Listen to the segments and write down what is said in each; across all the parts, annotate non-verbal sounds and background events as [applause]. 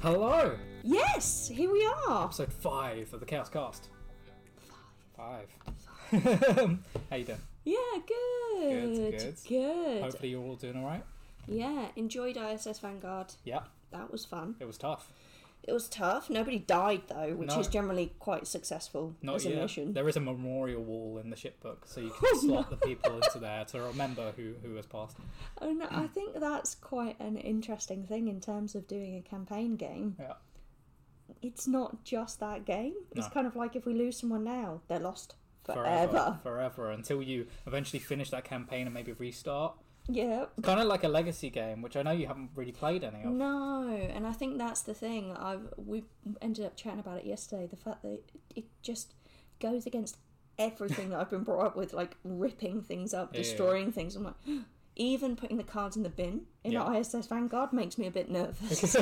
Hello! Yes, here we are. Episode 5 of the Chaos Cast. 5. 5. [laughs] How you doing? Yeah, good. good. Good. Hopefully you're all doing alright. Yeah, enjoyed ISS Vanguard. Yeah, That was fun. it was tough. It was tough. Nobody died though, which No. is generally quite successful Not as a yet. mission. There is a memorial wall in the ship book, so you can slot the people into there to remember who, who has passed. And I think that's quite an interesting thing in terms of doing a campaign game. Yeah. It's not just that game. It's No. kind of like if we lose someone now, they're lost forever. [laughs] Forever. Forever. Until you eventually finish that campaign and maybe restart. Yeah. Kind of like a legacy game, which I know you haven't really played any of. No, and I think that's the thing. I've we ended up chatting about it yesterday. The fact that it just goes against everything that I've been brought up with, like ripping things up, Yeah, yeah, yeah. destroying things. I'm like, [gasps] even putting the cards in the bin in Yeah. ISS Vanguard makes me a [laughs] bit nervous. [laughs]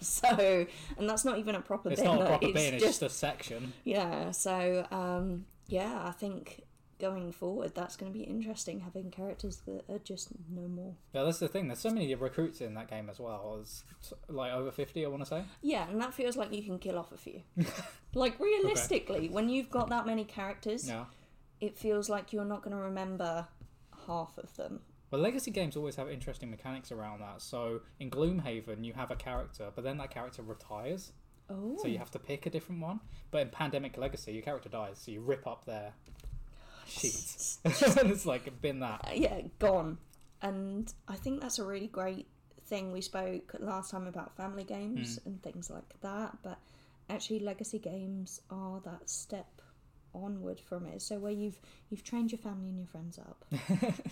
so, and that's not even a proper it's bin. not a like, proper it's bin, it's just a section. yeah. So, um, yeah, I think going forward, that's going to be interesting having characters that are just no more. Yeah, that's the thing. There's so many recruits in that game as well. It's like over 50, I want to say. Yeah, and that feels like you can kill off [laughs] a few. like realistically, when you've got that many characters, Yeah. it feels like you're not going to remember half of them. Well, legacy games always have interesting mechanics around that. So in Gloomhaven, you have a character, but then that character retires, Oh, so you have to pick a different one. But in Pandemic Legacy, your character dies, so you rip up their sheets, [laughs] and it's like been that. [laughs] yeah, gone. And I think that's a really great thing. We spoke last time about family games Hmm. and things like that, but actually, legacy games are that step onward from it. So where you've you've trained your family and your [laughs] friends up,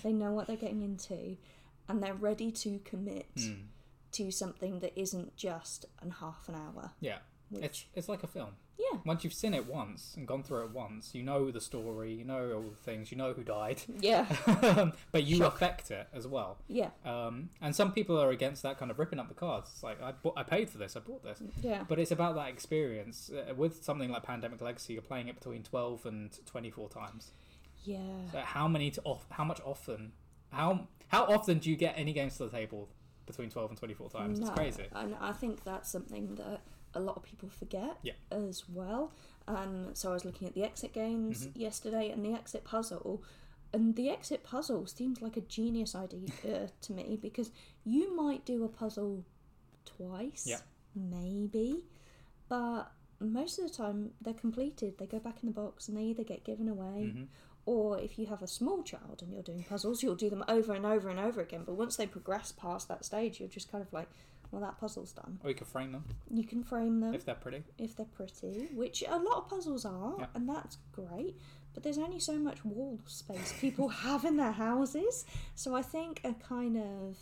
they know what they're getting into, and they're ready to commit. Hmm. To something that isn't just an half an hour. Yeah, it's it's like a film. Yeah. Once you've seen it once and gone through it once, you know the story, you know all the things, you know who died, [laughs] Um, Yeah. but you affect it as well. Yeah. Um, and some people are against that kind of ripping up the cards. It's like I, bought, I paid for this, I bought this. Yeah. But it's about that experience. Uh, with something like Pandemic Legacy, you're playing it between 12 and 24 times. Yeah. So how many to off, how much often how how often do you get any games to the table between 12 and 24 times? It's crazy. And I think that's something that a lot of people forget Yeah. as well. Um, so I was looking at the exit games Mm-hmm. yesterday and the exit puzzle. And the exit puzzle seems like a [laughs] genius idea to me because you might do a puzzle twice, Yeah. maybe, but most of the time they're completed. They go back in the box and they either get given Mm. away, Mm-hmm. or if you have a small child and you're doing puzzles, you'll do them over and over and over again. But once they progress past that stage, you're just kind of like, well, that puzzle's done. Or you could frame them You can frame them if they're pretty. if they're pretty, which a lot of puzzles are, Yeah. and that's great. But there's only so much wall space people [laughs] have in their houses. So I think a kind of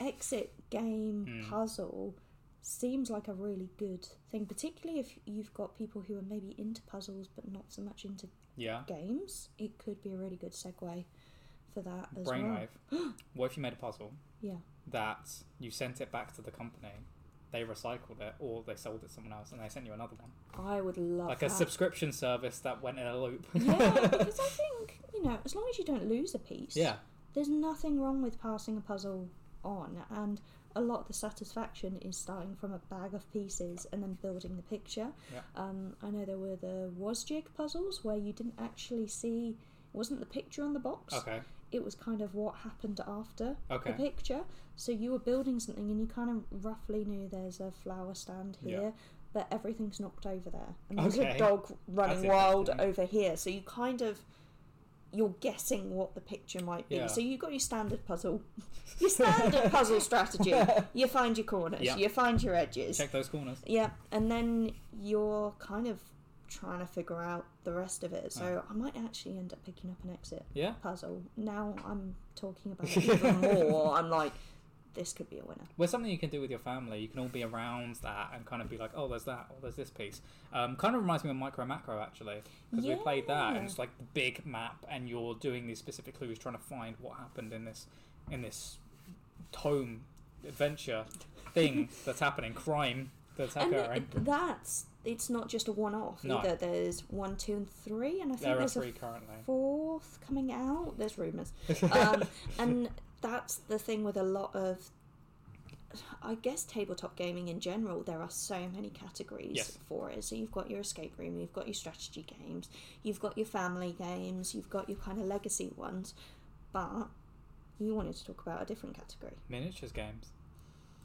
exit game Hmm. puzzle seems like a really good thing, particularly if you've got people who are maybe into puzzles but not so much into Yeah. games. It could be a really good segue for that as well. Brainwave. [gasps] what if you made a puzzle Yeah. that you sent it back to the company? They recycled it, or they sold it to someone else, and they sent you another one, I would love like a that. subscription service that went in a loop. [laughs] yeah, because I think, you know, as long as you don't lose a [laughs] piece. yeah, there's nothing wrong with passing a puzzle on and a lot of the satisfaction is starting from a bag of pieces and then building the picture Yeah. um, i know there were the wasjig puzzles where you didn't actually see it wasn't the picture on the box okay. it was kind of what happened after Okay. the picture so you were building something and you kind of roughly knew there's a flower stand Yeah. here but everything's knocked over there and there's Okay. a dog running That's wild interesting. over here so you kind of you're guessing what the picture might be. Yeah. So you've got your standard puzzle, [laughs] your standard [laughs] puzzle strategy. You find your corners, Yeah. you find your edges. Check those corners. Yeah, and then you're kind of trying to figure out the rest of it. So I might actually end up picking up an exit Yeah. puzzle. Now I'm talking about it [laughs] even more. I'm like, this could be a winner. Well, something you can do with your family. You can all be around that and kind of be like, oh, there's that, or there's this piece. Um, kind of reminds me of Micro Macro, actually, because we played that, and Yeah. it's like the big map, and you're doing these specific clues, trying to find what happened in this in this tome adventure [laughs] thing that's happening, crime that's And occurring. th- that's it's not just a one-off No. either. There's one, two, and three, and I think There are there's three a currently. fourth [laughs] coming out. There's rumours, um, and that's the thing with a lot of I guess tabletop gaming in general, there are so many categories Yes. for it. So you've got your escape room, you've got your strategy games, you've got your family games, you've got your kind of legacy ones. But you wanted to talk about a different category. Miniatures games.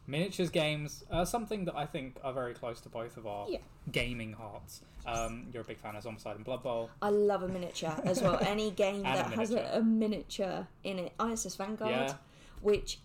Miniatures games are something that I think are very close to both of our Yeah. gaming hearts. Um, you're a big fan of Zombicide and Blood Bowl. I love a miniature [laughs] as well. Any game And a that has miniature. a, a miniature in it. ISS Vanguard, Yeah. which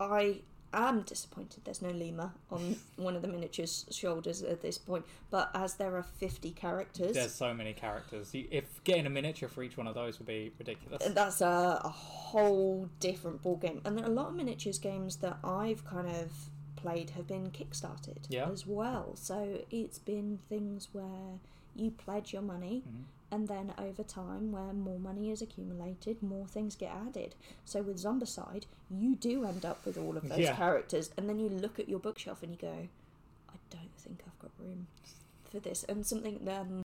I am disappointed there's no Lima on [laughs] one of the miniatures' shoulders at this point. But as there are 50 characters, There's so many characters. You- If getting a miniature for each one of those would be ridiculous. [laughs] that's a, a whole different ball game. And there are a lot of miniatures games that I've kind of played have been kickstarted Yeah. as well. So it's been things where you pledge your money Mhm. and then over time where more money is accumulated, more things get added. So with Zombicide, you do end up with all of those Yeah. characters and then you look at your bookshelf and you go, I don't think I've got room for this. And something um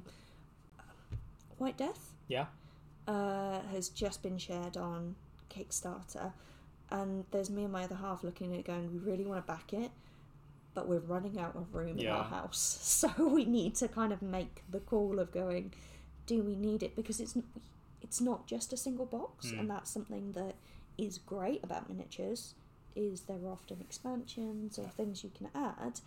White Death Yeah. uh, has just been shared on Kickstarter, and there's me and my other half looking at it going, we really want to back it, but we're running out of room in our Yeah. house, [laughs] so we need to kind of make the call of going, do we need it? Because it's n- it's not just a single box, Mm. and that's something that is great about miniatures is there are often expansions or things you can add,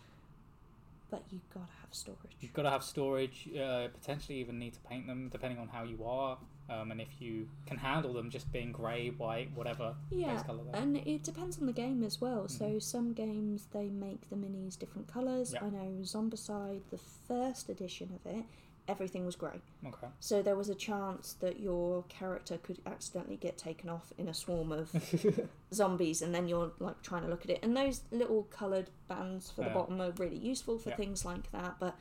but you gotta have storage. You've got to have storage, uh, potentially even need to paint them, depending on how you are, um, and if you can handle them just being grey, white, whatever Yeah, base colour they are. And it depends on the game as well. So some games they make the minis different colours. Mm-hmm. Yeah. I know Zombicide, the first edition of it, everything was grey. Okay. [laughs] So there was a chance that your character could accidentally get taken off in a swarm of zombies, and then you're like trying to look at it. And those little coloured bands for the Yeah. bottom are really useful for Yeah. things like that. But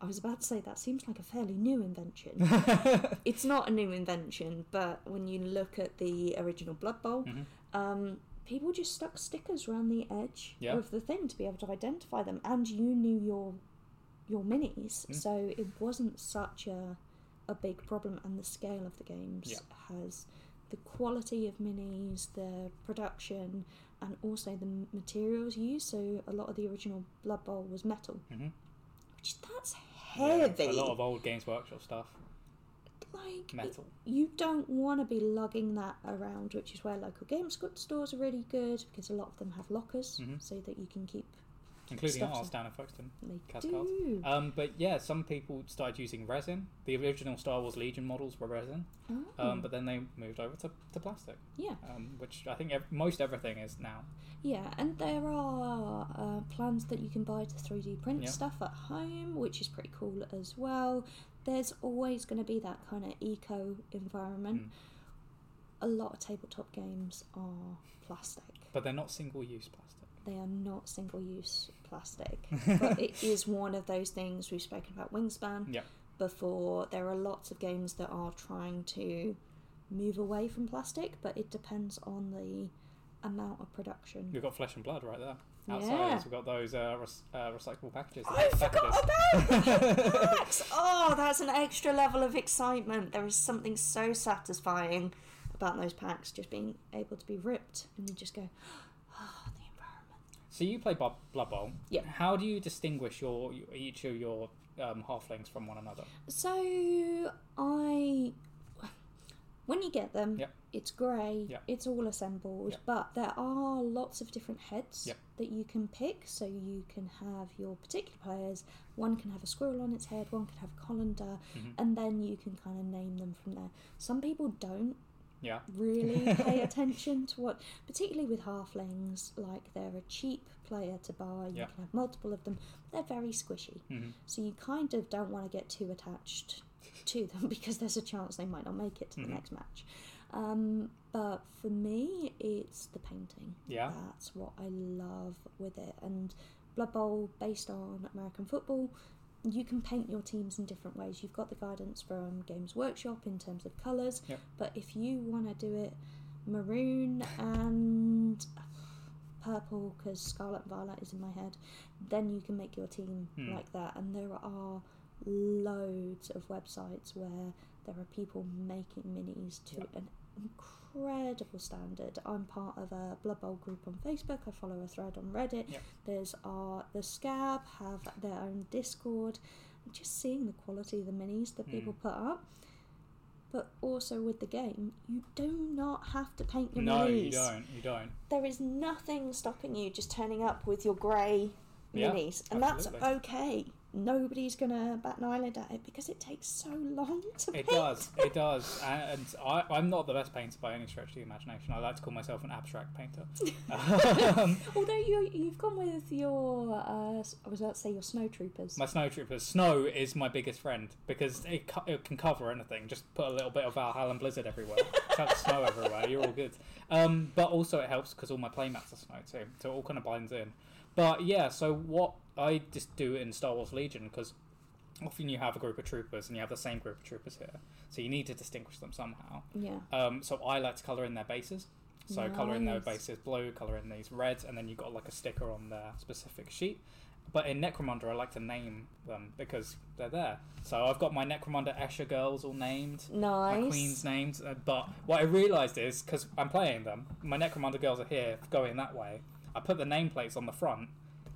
I was about to say that seems like a fairly new [laughs] invention. Mm-hmm. it's not a new invention, but when you look at the original Blood Bowl Mhm. um, people just stuck stickers around the edge Yeah. of the thing to be able to identify them, and you knew your your minis, Mm. so it wasn't such a a big problem. And the scale of the games Yeah. has the quality of minis, the production, and also the m- materials used. So a lot of the original Blood Bowl was metal, Mhm. which that's Yeah, heavy. a lot of old Games Workshop stuff. like Metal. you don't want to be lugging that around, which is where local game sc- stores are really good because a lot of them have lockers Mhm. so that you can keep. Including Stuff ours some- down in Folkestone. They Cast cards. do. Um, but yeah, some people started using resin. The original Star Wars Legion models were resin, Oh. um, but then they moved over to, to plastic, yeah, um, which I think ev- most everything is now. yeah, and there are uh, plans that you can buy to three D print Yeah. stuff at home, which is pretty cool as well. There's always going to be that kind of eco environment. Mm. A lot of tabletop games are plastic. But they're not single use plastic. They are not single use plastic. but it is one of those things we've spoken about wingspan Yep. before. There are lots of games that are trying to move away from plastic, but it depends on the amount of production. We've got flesh and blood right there. Yeah. Outside, us we've got those uh, rec- uh, recyclable packages. I Packages. forgot about that! Oh, that's an extra level of excitement. There is something so satisfying about those packs just being able to be ripped and you just go, [gasps] oh, the environment. So you play Bob, Blood Bowl. Yep. How do you distinguish your each of your um, halflings from one another? So I, when you get them, Yep. it's grey. Yep. It's all assembled, Yep. but there are lots of different heads Yep. that you can pick. So you can have your particular players. One can have a squirrel on its head. One can have a colander, Mhm. and then you can kind of name them from there. Some people don't Yeah. really [laughs] pay attention to what, particularly with halflings. Like they're a cheap player to buy. You Yep. can have multiple of them. They're very squishy. hmm So you kind of don't want to get too attached to them [laughs] because there's a chance they might not make it to the Mhm. next match. Um, but for me, it's the painting. Yeah. That's what I love with it. And Blood Bowl, based on American football, you can paint your teams in different ways. You've got the guidance from Games Workshop in terms of colours, Yep. but if you want to do it maroon and purple, because Scarlet and Violet is in my head, then you can make your team Hmm. like that. And there are loads of websites where there are people making minis to Yep. an incredible standard. I'm part of a Blood Bowl group on Facebook. I follow a thread on Reddit. Yep. There's our the Scab have their own Discord. And just seeing the quality of the minis Hmm. that people put up. But also with the game, you do not have to paint your No, minis you don't. You don't. there is nothing stopping you just turning up with your grey Yeah, minis, and absolutely. that's okay. Nobody's gonna bat an eyelid at it because it takes so long to It paint. does. It does. And I, I'm not the best painter by any stretch of the imagination. I like to call myself an abstract [laughs] painter. um, Although you you've gone with your uh, s- I was about to say your snow troopers. my snow troopers. Snow is my biggest friend because it, co- it can cover anything. Just put a little bit of Valhalla and Blizzard everywhere. Chuck snow everywhere. You're all good. Um, but also it helps because all my playmats are snow too, so it all kind of binds in. But yeah, so what I just do in Star Wars Legion because often you have a group of troopers and you have the same group of troopers here, so you need to distinguish them somehow. yeah, Um, so I like to colour in their bases. So colour in their Nice. bases blue, colour in these reds, and then you've got like a sticker on their specific sheet. But in Necromunda, I like to name them because they're there. So I've got my Necromunda Escher girls all named, nice. my queens named. uh, But what I realised is because I'm playing them, my Necromunda girls are here going that way. I put the nameplates on the front,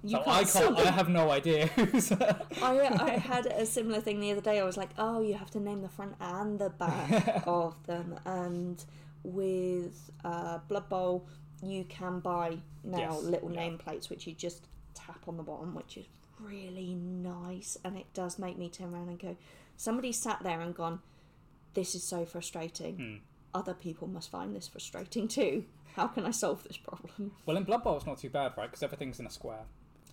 You so I sell can't. I them. have no idea who's. [laughs] I, [laughs] I had a similar thing the other day. I was like, oh, you have to name the front and the [laughs] back of them. And with uh, Blood Bowl, you can buy now Yes, little yeah. nameplates, which you just tap on the bottom, which is really nice. And it does make me turn around and go, somebody sat there and gone, this is so frustrating. Hmm. Other people must find this frustrating too. How can I solve this problem? well, in Blood Bowl, it's not too bad, right? Because everything's in a square.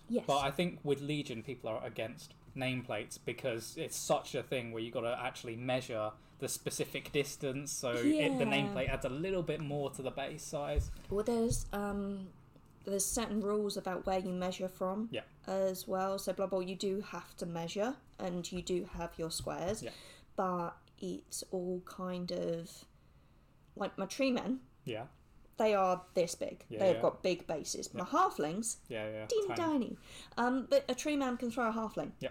Yes. But I think with Legion, people are against nameplates because it's such a thing where you got to actually measure the specific distance. So it, the Yeah. nameplate adds a little bit more to the base size. Well, there's um, there's certain rules about where you measure from. Yeah. As well, so blah blah. You do have to measure, and you do have your squares. Yeah. But it's all kind of like my tree men. Yeah, They are this big. Yeah, They've yeah. got big bases. My halflings, yeah, yeah. teeny tiny. tiny. Um, but a tree man can throw a halfling. Yeah.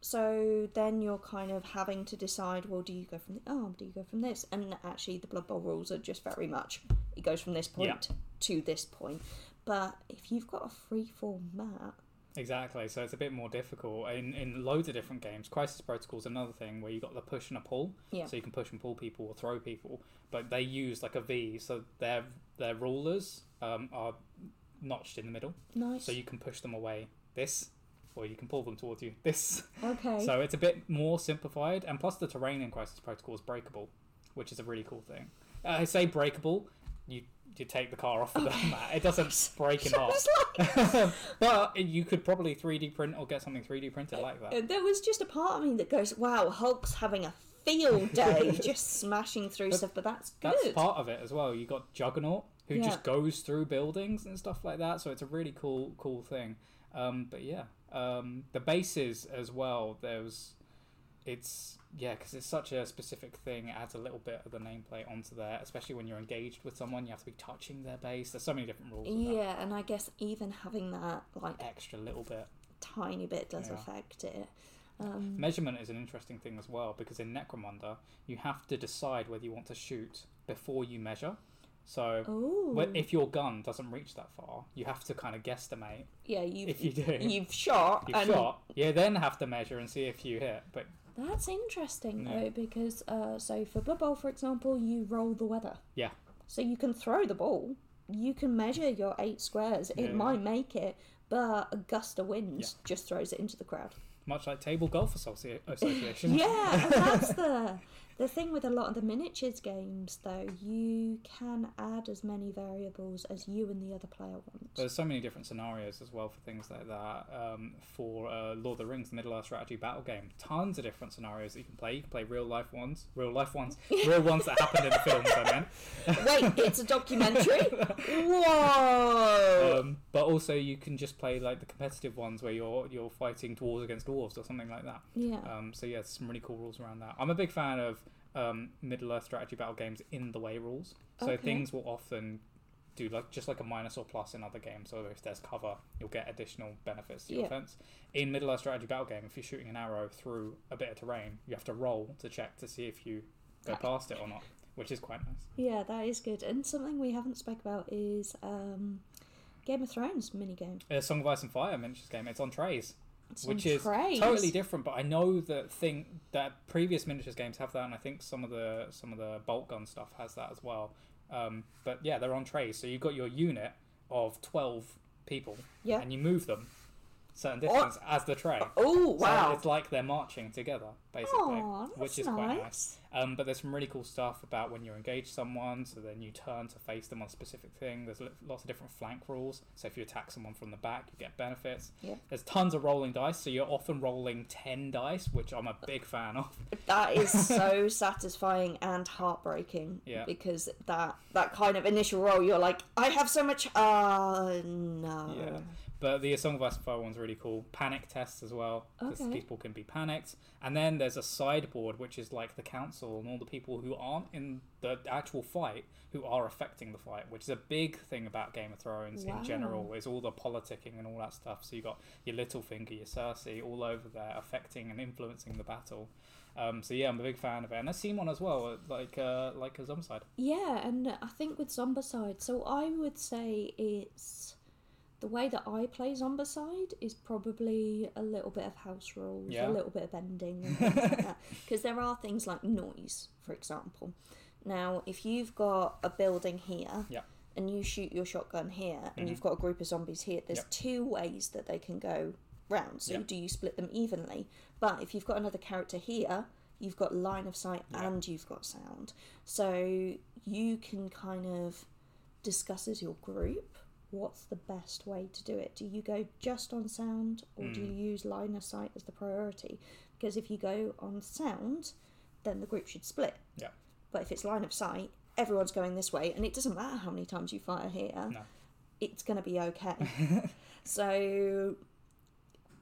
So then you're kind of having to decide, well, do you go from the arm? Do you go from this? And actually, the Blood Bowl rules are just very much it goes from this point Yeah. to this point. But if you've got a free form map, Exactly. So it's a bit more difficult in in loads of different games. Crisis Protocol is another thing where you got the push and a pull. Yeah. So you can push and pull people or throw people, but they use like a V. So their their rulers um, are notched in the middle, nice. so you can push them away. This, or you can pull them towards you. This. okay. [laughs] So it's a bit more simplified, and plus the terrain in Crisis Protocol is breakable, which is a really cool thing. Uh, I say breakable, you you take the car off of the mat. It doesn't break in I was [laughs] half. [laughs] like, but you could probably 3D print or get something 3D printed like that. there was just a part of me that goes, wow, Hulk's having a [laughs] field day, just smashing through stuff. But that's good. That's part of it as well. You got Juggernaut who Yeah. just goes through buildings and stuff like that. So it's a really cool cool thing. Um, but yeah, um, the bases as well. There's it's yeah because it's such a specific thing. It adds a little bit of the nameplate onto there, especially when you're engaged with someone. You have to be touching their base. There's so many different rules. with yeah, and I guess even having that like That extra little bit. tiny bit does Yeah. affect it. Um, Measurement is an interesting thing as well because in Necromunda you have to decide whether you want to shoot before you measure. So oh, Well, if your gun doesn't reach that far, you have to kind of guesstimate. yeah, [laughs] you've If you do, you have shot. have and shot. You then have to measure and see if you hit. But That's interesting Yeah. though, because uh, so for Blood Bowl, for example, you roll the weather. yeah, So you can throw the ball. You can measure your eight squares. It Yeah. might make it, but a gust of wind just throws it into [laughs] the crowd. much like table golf associ- association. [laughs] Yeah, and that's the the thing with a lot of the miniatures games though. You can add as many variables as you and the other player want. There's so many different scenarios as well for things like that. Um, for uh, Lord of the Rings, the Middle Earth strategy battle game, tons of different scenarios that you can play. You can play real life ones, real life ones, real ones that happened in the films. I meant. Wait, it's a documentary? [laughs] Whoa! Um, but also you can just play like the competitive ones where you're you're fighting dwarves against dwarves or something like that. yeah. Um, so yeah, there's some really cool rules around that. I'm a big fan of um, Middle Earth strategy battle games in the way rules. So Okay. things will often do like just like a minus or plus in other games. So if there's cover, you'll get additional benefits to your Yeah. offense. In Middle Earth strategy battle game, if you're shooting an arrow through a bit of terrain, you have to roll to check to see if you go past it or not. which is quite nice. Yeah, that is good. And something we haven't spoke about is um, Game of Thrones minigame. Uh, Song of Ice and Fire miniatures game. It's on trays, It's which on is trays. totally different. But I know that thing that previous miniatures games have that, and I think some of the some of the bolt gun stuff has that as well. Um, but yeah, they're on trays. So you've got your unit of twelve people, Yeah. and you move them certain Oh. distance as the tray. Oh So wow! Oh. it's like they're marching together, basically, Aw, which that's is quite nice. nice. Um, but there's some really cool stuff about when you engage someone, so then you turn to face them on a specific thing. There's lo- lots of different flank rules. So if you attack someone from the back, you get benefits. Yeah. There's tons of rolling dice, so you're often rolling 10 dice, which I'm a big fan of. That is [laughs] so satisfying and heartbreaking. Yeah. Because that that kind of initial roll, you're like, I have so much. Uh no. Yeah. But the Song of Ice and Fire one's really cool. Panic tests as well, because Okay. people can be panicked. And then there's a sideboard, which is like the council and all the people who aren't in the actual fight, who are affecting the fight, which is a big thing about Game of Thrones Wow. in general, is all the politicking and all that stuff. So you got your Littlefinger, your Cersei, all over there affecting and influencing the battle. Um, so yeah, I'm a big fan of it, and I've seen one as well, like uh, like a Zombicide. Yeah, and I think with Zombicide, so I would say it's the way that I play Zombicide is probably a little bit of house rules, Yeah. a little bit of ending, and things like [laughs] that. Because there are things like noise, for example. Now, if you've got a building here, Yeah. Mm-hmm. and you shoot your shotgun here, and you've got a group of zombies here, there's Yep. two ways that they can go round. So Yep. do you split them evenly? But if you've got another character here, you've got line of sight Yeah. and you've got sound. So you can kind of discuss as your group what's the best way to do it. Do you go just on sound or Mm. do you use line of sight as the priority? Because if you go on sound, then the group should split. Yeah. But if it's line of sight, everyone's going this way, and it doesn't matter how many times you fire here, No. it's going to be okay. [laughs] so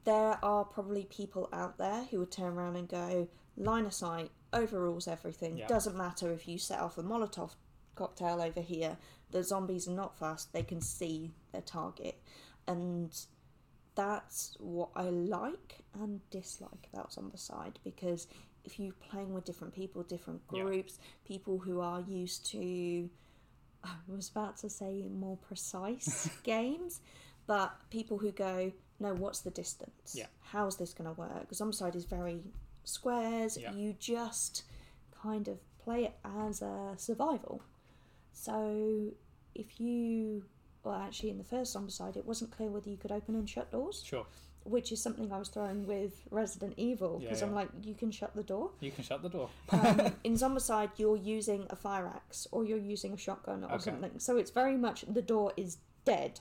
there are probably people out there who would turn around and go, line of sight overrules everything. Yeah. Doesn't matter if you set off a Molotov cocktail over here, the zombies are not fast, they can see their target. And that's what I like and dislike about Zombicide because if you're playing with different people, different Yeah. groups, people who are used to, I was about to say more precise [laughs] games, but people who go, no, what's the distance? Yeah. How's this going to work? Zombicide is very squares. Yeah. You just kind of play it as a survival. So if you, well, actually, in the first Zombicide, it wasn't clear whether you could open and shut doors Sure, which is something I was throwing with Resident Evil Yeah, because I'm yeah. like, you can shut the door. you can shut the door. [laughs] Um, in Zombicide, you're using a fire axe or you're using a shotgun or Okay. something. So it's very much the door is dead.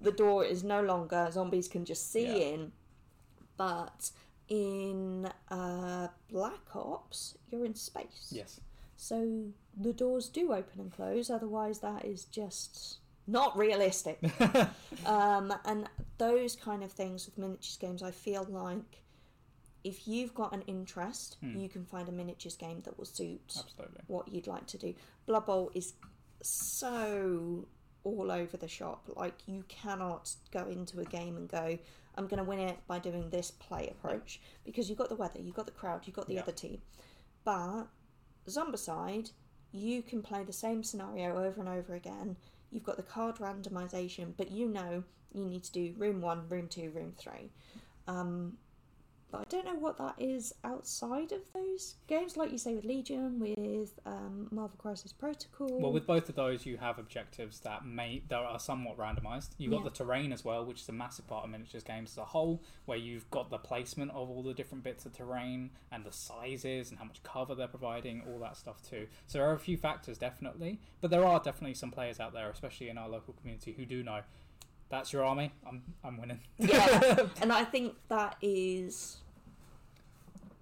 The door is no longer, zombies can just see Yeah. in. But in uh, Black Ops, you're in space. yes. So the doors do open and close, otherwise, that is just not realistic. um, and those kind of things with miniatures games, I feel like if you've got an interest, you can find a miniatures game that will suit Absolutely. what you'd like to do. Blood Bowl is so all over the shop. Like you cannot go into a game and go, I'm going to win it by doing this play approach because you've got the weather, you've got the crowd, you've got the Yeah. other team. But Zombicide, you can play the same scenario over and over again. You've got the card randomization, but you know you need to do room one, room two, room three. Um, but I don't know what that is outside of those games, like you say with Legion, with um, Marvel Crisis Protocol. Well, with both of those, you have objectives that may that are somewhat randomised. You've got Yeah. the terrain as well, which is a massive part of miniatures games as a whole, where you've got the placement of all the different bits of terrain and the sizes and how much cover they're providing, all that stuff too. So there are a few factors definitely, but there are definitely some players out there, especially in our local community, who do know that's your army. I'm I'm winning. yeah, and I think that is [laughs]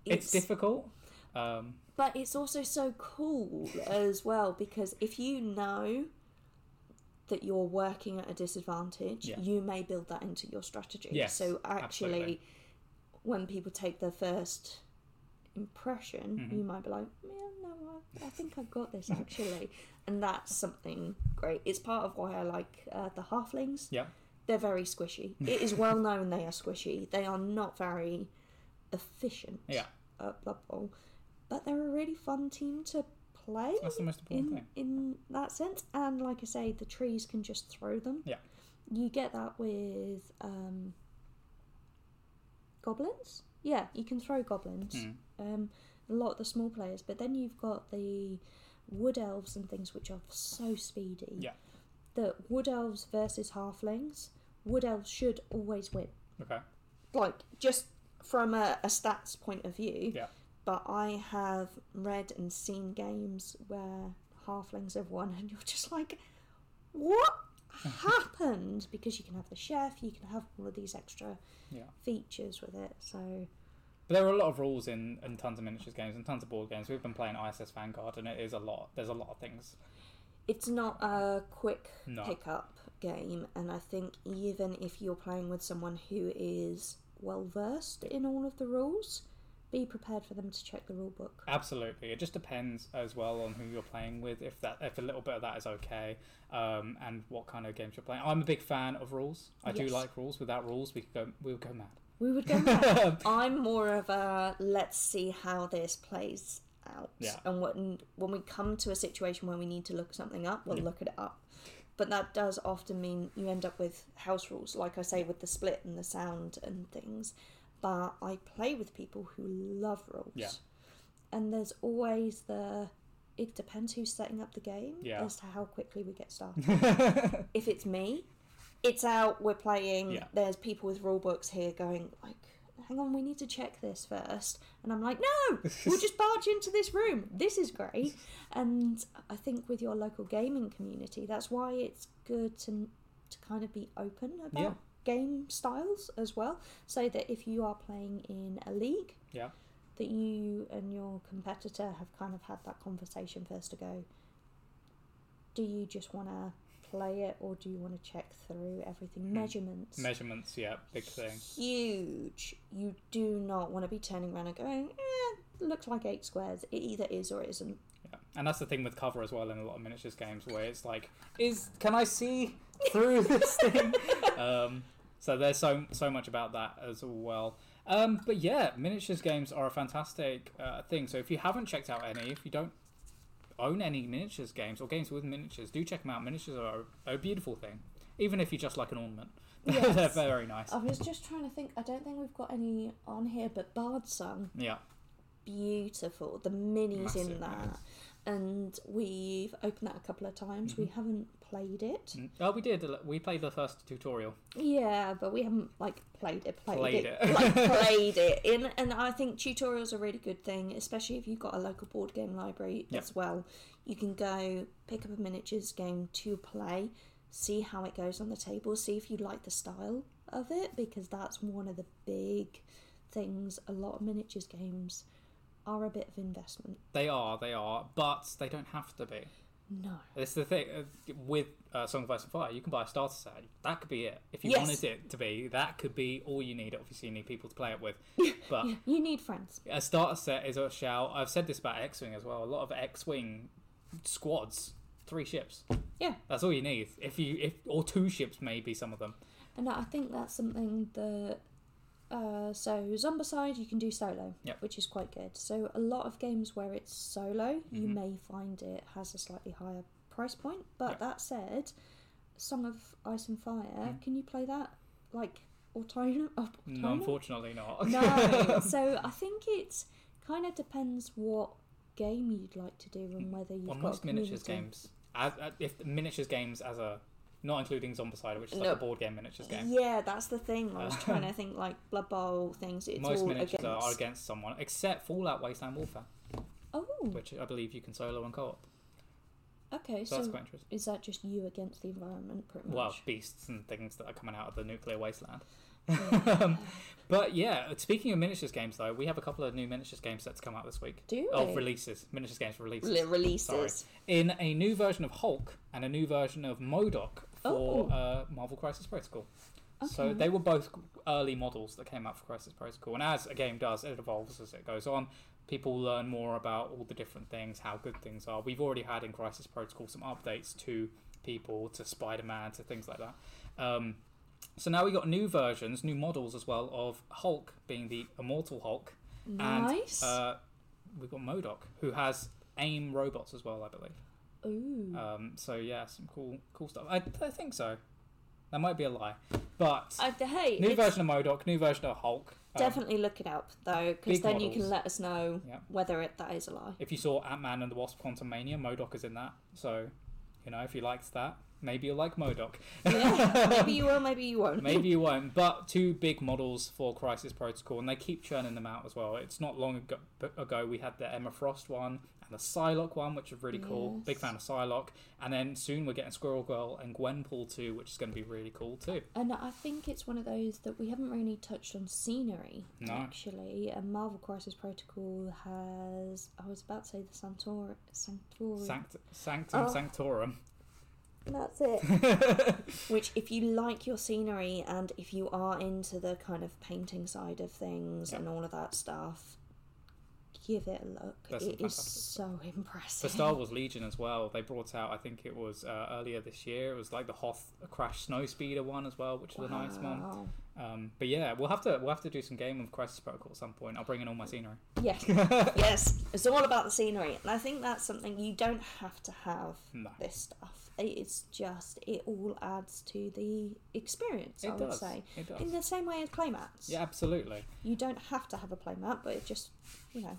It's, difficult. Um, but it's also so cool as well because if you know that you're working at a disadvantage, Yeah. you may build that into your strategy. Yes, so actually, absolutely. when people take their first impression, Mm-hmm. you might be like, yeah, no, I, I think I've got this actually. and that's something great. It's part of why I like uh, the halflings yeah. they're [laughs] very squishy. It is well known they are squishy. They are not very efficient Yeah. at Blood Bowl, but they're a really fun team to play That's the most important in thing. in that sense. And like I say, the trees can just throw them. Yeah. You get that with um, goblins. Yeah, you can throw goblins. Mm. Um, a lot of the small players, but then you've got the wood elves and things which are so speedy. Yeah. That wood elves versus halflings, wood elves should always win Hmm, Okay. like just from a, a stats point of view. Yeah. But I have read and seen games where halflings have won, and you're just like, [laughs] what happened? Because you can have the chef, you can have all of these extra Yeah. features with it. So But there are a lot of rules in, in tons of miniatures games and tons of board games. We've been playing ISS Vanguard, and it is a lot. There's a lot of things. it's not a quick No. pickup game, and I think even if you're playing with someone who is well versed in all of the rules, be prepared for them to check the rule book. Absolutely, it just depends as well on who you're playing with. If that, if a little bit of that is okay, um, and what kind of games you're playing. I'm a big fan of rules. I do Yes. like rules. Without rules, we could go, we would go mad. We would go mad. I'm more of a let's see how this plays out. Yeah. And when, when we come to a situation where we need to look something up, we'll look it up. But that does often mean you end up with house rules, like I say, with the split and the sound and things. But I play with people who love rules. Yeah. And there's always the. It depends who's setting up the game Yeah. as to how quickly we get started if it's me, it's out, we're playing, Yeah. there's people with rule books here going, like, hang on, we need to check this first. And I'm [laughs] like, no, we'll just barge into this room. This is great. And I think with your local gaming community, that's why it's good to, to kind of be open about Yeah. game styles as well. So that if you are playing in a league, Yeah. that you and your competitor have kind of had that conversation first to go, do you just want to play it or do you want to check through everything? Hmm. [laughs] Measurements. Measurements, yeah, big thing. Huge. You do not want to be turning around and going, eh, looks like eight squares. It either is or isn't. [laughs] Yeah. And that's the thing with cover as well in a lot of miniatures games where it's like, is can I see through this thing? Um, so there's so so much about that as well. Um, but yeah, miniatures games are a fantastic uh, thing. So if you haven't checked out any, if you don't own any miniatures games or games with miniatures, do check them out. Miniatures are a, a beautiful thing, even if you just like an ornament. [laughs] Yes. Oh. They're very nice. I was just trying to think, I don't think we've got any on here, but Bard Song, Yeah, beautiful. The minis Massive in that. minis. And we've opened that a couple of times. Mm-hmm. We haven't played it. Mm. oh, we did. We played the first tutorial. Yeah, but we haven't like played it, played, Played it, it. like played it. In, and I think tutorials are a really good thing, especially if you've got a local board game library Yep. as well. You can go pick up a miniatures game to play, see how it goes on the table, see if you like the style of it, because that's one of the big things. A lot of miniatures games are a bit of investment. They are, they are, but they don't have to be. No. It's the thing uh, with uh, Song of Ice and Fire. You can buy a starter set. That could be it. If you Yes. wanted it to be, that could be all you need. Obviously, you need people to play it with. But [laughs] Yeah, you need friends. a starter set is a shout. I've said this about X Wing as well. A lot of X Wing squads, three ships. Yeah. That's all you need. If you if or two ships maybe some of them. And I think that's something that. Uh, so Zombicide you can do solo, Yep. which is quite good. So a lot of games where it's solo, you Mhm. may find it has a slightly higher price point. But Yep. Mm. that said, Song of Ice and Fire, can you play that like [laughs] autonomous? No, [laughs] unfortunately not. no. so I think it kind of depends what game you'd like to do and whether you've well, got a Mm. most miniatures community. games, as, uh, if miniatures games as a, not including Zombicide, which is like No. a board game miniatures game. Yeah, that's the [laughs] thing. I was Uh, trying to think like Blood Bowl things. It's Most all miniatures against. are- are against someone, except Fallout Wasteland Warfare, Oh, which I believe you can solo and co-op. okay. So So, that's quite interesting. is that just you against the environment, pretty much? Well, beasts and things that are coming out of the nuclear wasteland. [laughs] um, but yeah, speaking of miniatures games, though, we have a couple of new miniatures game sets come out this week. do we? Oh, releases. Miniatures games releases. Re- releases. Sorry. In a new version of Hulk and a new version of Modoc for Oh. uh, Marvel Crisis Protocol. So Okay. they were both early models that came out for Crisis Protocol. And as a game does, it evolves as it goes on. People learn more about all the different things, how good things are. We've already had in Crisis Protocol some updates to people, to Spider Man, to things like that. Um, so now we got new versions, new models as well of Hulk being the Immortal Hulk, Nice. and uh, we've got Modoc who has aim robots as well, I believe. Ooh. Um, so yeah, some cool cool stuff. I, I think so. That might be a lie, but I, hey, new it's- version of Modoc, new version of Hulk. Um, definitely look it up though, because big then you models. can let us know Yeah. whether it that is [laughs] a lie. If you saw Ant Man and the Wasp: Quantum Mania, Modoc is in that. So, you know, if you liked that, maybe you'll like Modoc. Yeah, maybe [laughs] you will, maybe you won't. Maybe you won't, but two big models for Crisis Protocol, and they keep churning them out as well. It's not long ago, ago we had the Emma Frost one and the Psylocke one, which is really cool. Yes. Big fan of Psylocke. And then soon we're getting Squirrel Girl and Gwenpool too, which is going to be really cool too. And I think it's one of those that we haven't really touched on scenery, No. actually. And Marvel Crisis Protocol has. I was about to say the Santor- Sanctorum. Sanct- Sanctum Oh. [laughs] Sanctorum. That's it. [laughs] Which, if you like your scenery and if you are into the kind of painting side of things Yeah. and all of that stuff, give it a look. That's it is fantastic. so For impressive. Star Wars Legion as well, they brought out, I think it was uh, earlier this year, it was like the Hoth Crash Snowspeeder one as well, which was a nice one. Wow. Um, but yeah, we'll have to we'll have to do some game of Crisis Protocol at some point. I'll bring in all my scenery. [laughs] Yes, yes. It's all about the scenery, and I think that's something you don't have to have No. this stuff. It's just it all adds to the experience. I It would does. say It does. in the same way as playmats. Yeah, absolutely. You don't have to have a playmat, but it just you know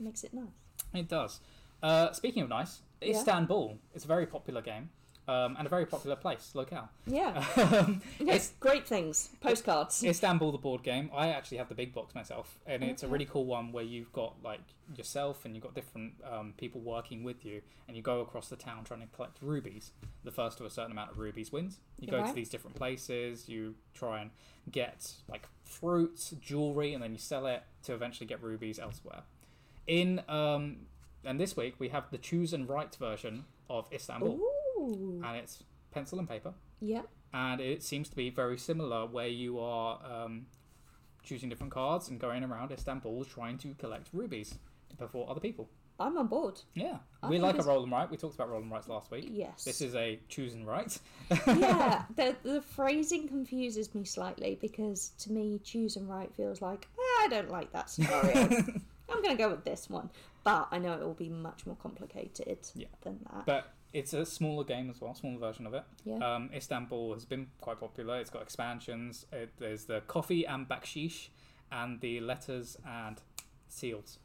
makes it nice. It does. Uh, speaking of nice, Yeah. Istanbul. It's a very popular game um, and a very popular place, locale. Yeah. [laughs] Um, Oh. [laughs] Yes, great things. Postcards. Istanbul, the board game. I actually have the big box myself, and it's a Okay. really cool one where you've got like yourself and you've got different um, people working with you, and you go across the town trying to collect rubies. The first to a certain amount of rubies wins. You go to Right. these different places, you try and get like fruits, jewelry, and then you sell it to eventually get rubies elsewhere. In um, and this week we have the choose and write version of Istanbul, Ooh. and it's pencil and paper Yeah. and it seems to be very similar where you are um, choosing different cards and going around Istanbul trying to collect rubies before other people. I'm on board. Yeah, I we think like a it's- roll and write. We talked about roll and rights last week. Yes. This is a choose and write. [laughs] yeah, the, the phrasing confuses me slightly because to me, choose and write feels like, "Ah, I don't like that [laughs] scenario. I'm going to go with this one. But I know it will be much more complicated Yeah. than that. but it's a smaller game as well, smaller version of it. Yeah. Um, Istanbul has been quite popular. It's got expansions. It, there's the coffee and bakshish, and the letters and seals.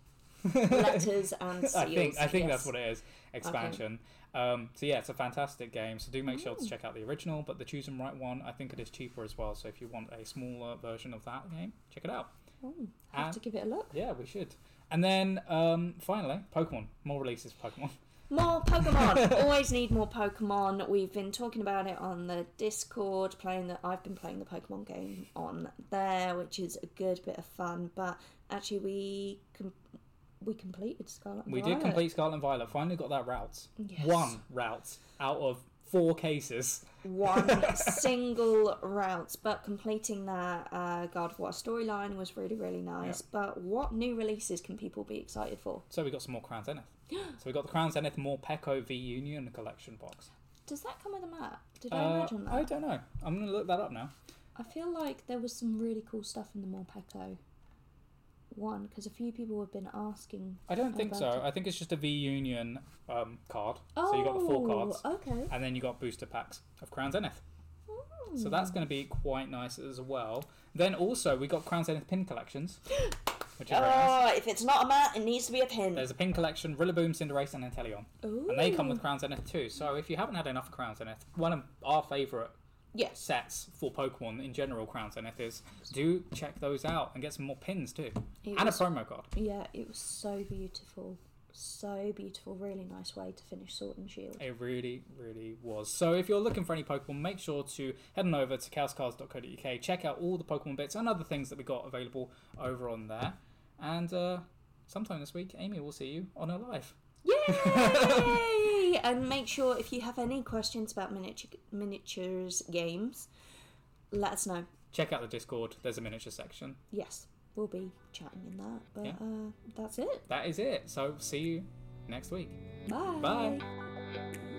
[laughs] Letters and seals. I think I think yes. that's what it is. Expansion. Um, so yeah, it's a fantastic game. So do make sure Mm. to check out the original, but the choose and write one, I think it is cheaper as well. So if you want a smaller version of that game, check it out. Hmm, have And- to give it a look. Yeah, we should. And then um, finally, Pokemon. More releases for Pokemon. [laughs] More Pokemon. [laughs] Always need more Pokemon. We've been talking about it on the Discord. Playing the, I've been playing the Pokemon game on there, which is a good bit of fun. But actually, we com- we completed Scarlet. and We did Violet. complete [laughs] Scarlet and Violet. Finally got that route. Yes. One route out of four cases. one single route, but completing that uh, God of War storyline was really really nice. But what new releases can people be excited for? So we got some more Crown Zenith. [gasps] so we got the Crown Zenith More Peko V Union collection box. Does that come with a map? Did Uh, I imagine that? I don't know. I'm gonna look that up now. I feel like there was some really cool stuff in the Morpeko one because a few people have been asking. I don't think so. about it. I think it's just a V Union um, card. so you got the four Oh, cards, Okay. Hmm. and then you got booster packs of Crown Zenith. So that's going to be quite nice as well. Then also we got Crown Zenith pin collections, which is very [gasps] nice. Oh, if it's not a mat, it needs to be a pin. There's a pin collection, Rillaboom, Cinderace, and Inteleon. Ooh. And they come with Crown Zenith too. So if you haven't had enough of Crown Zenith, one of our favourite yes. sets for Pokemon in general, Crown Zenith, is do check those out and get some more pins too. It and a was- promo card. Yeah, it was so beautiful, so beautiful. Really nice way to finish Sword and Shield. It really, really was. So if you're looking for any Pokemon, make sure to head on over to chaoscards.co.uk, check out all the Pokemon bits and other things that we got available over on there. And uh, sometime this week, Amy will see you on her live. [laughs] Yay! and make sure if you have any questions about miniature miniatures games, let us know. Check out the Discord. There's a miniature section. Yes, we'll be chatting in that. But Yeah. uh, that's it. That is it. So see you next week. Bye. Bye.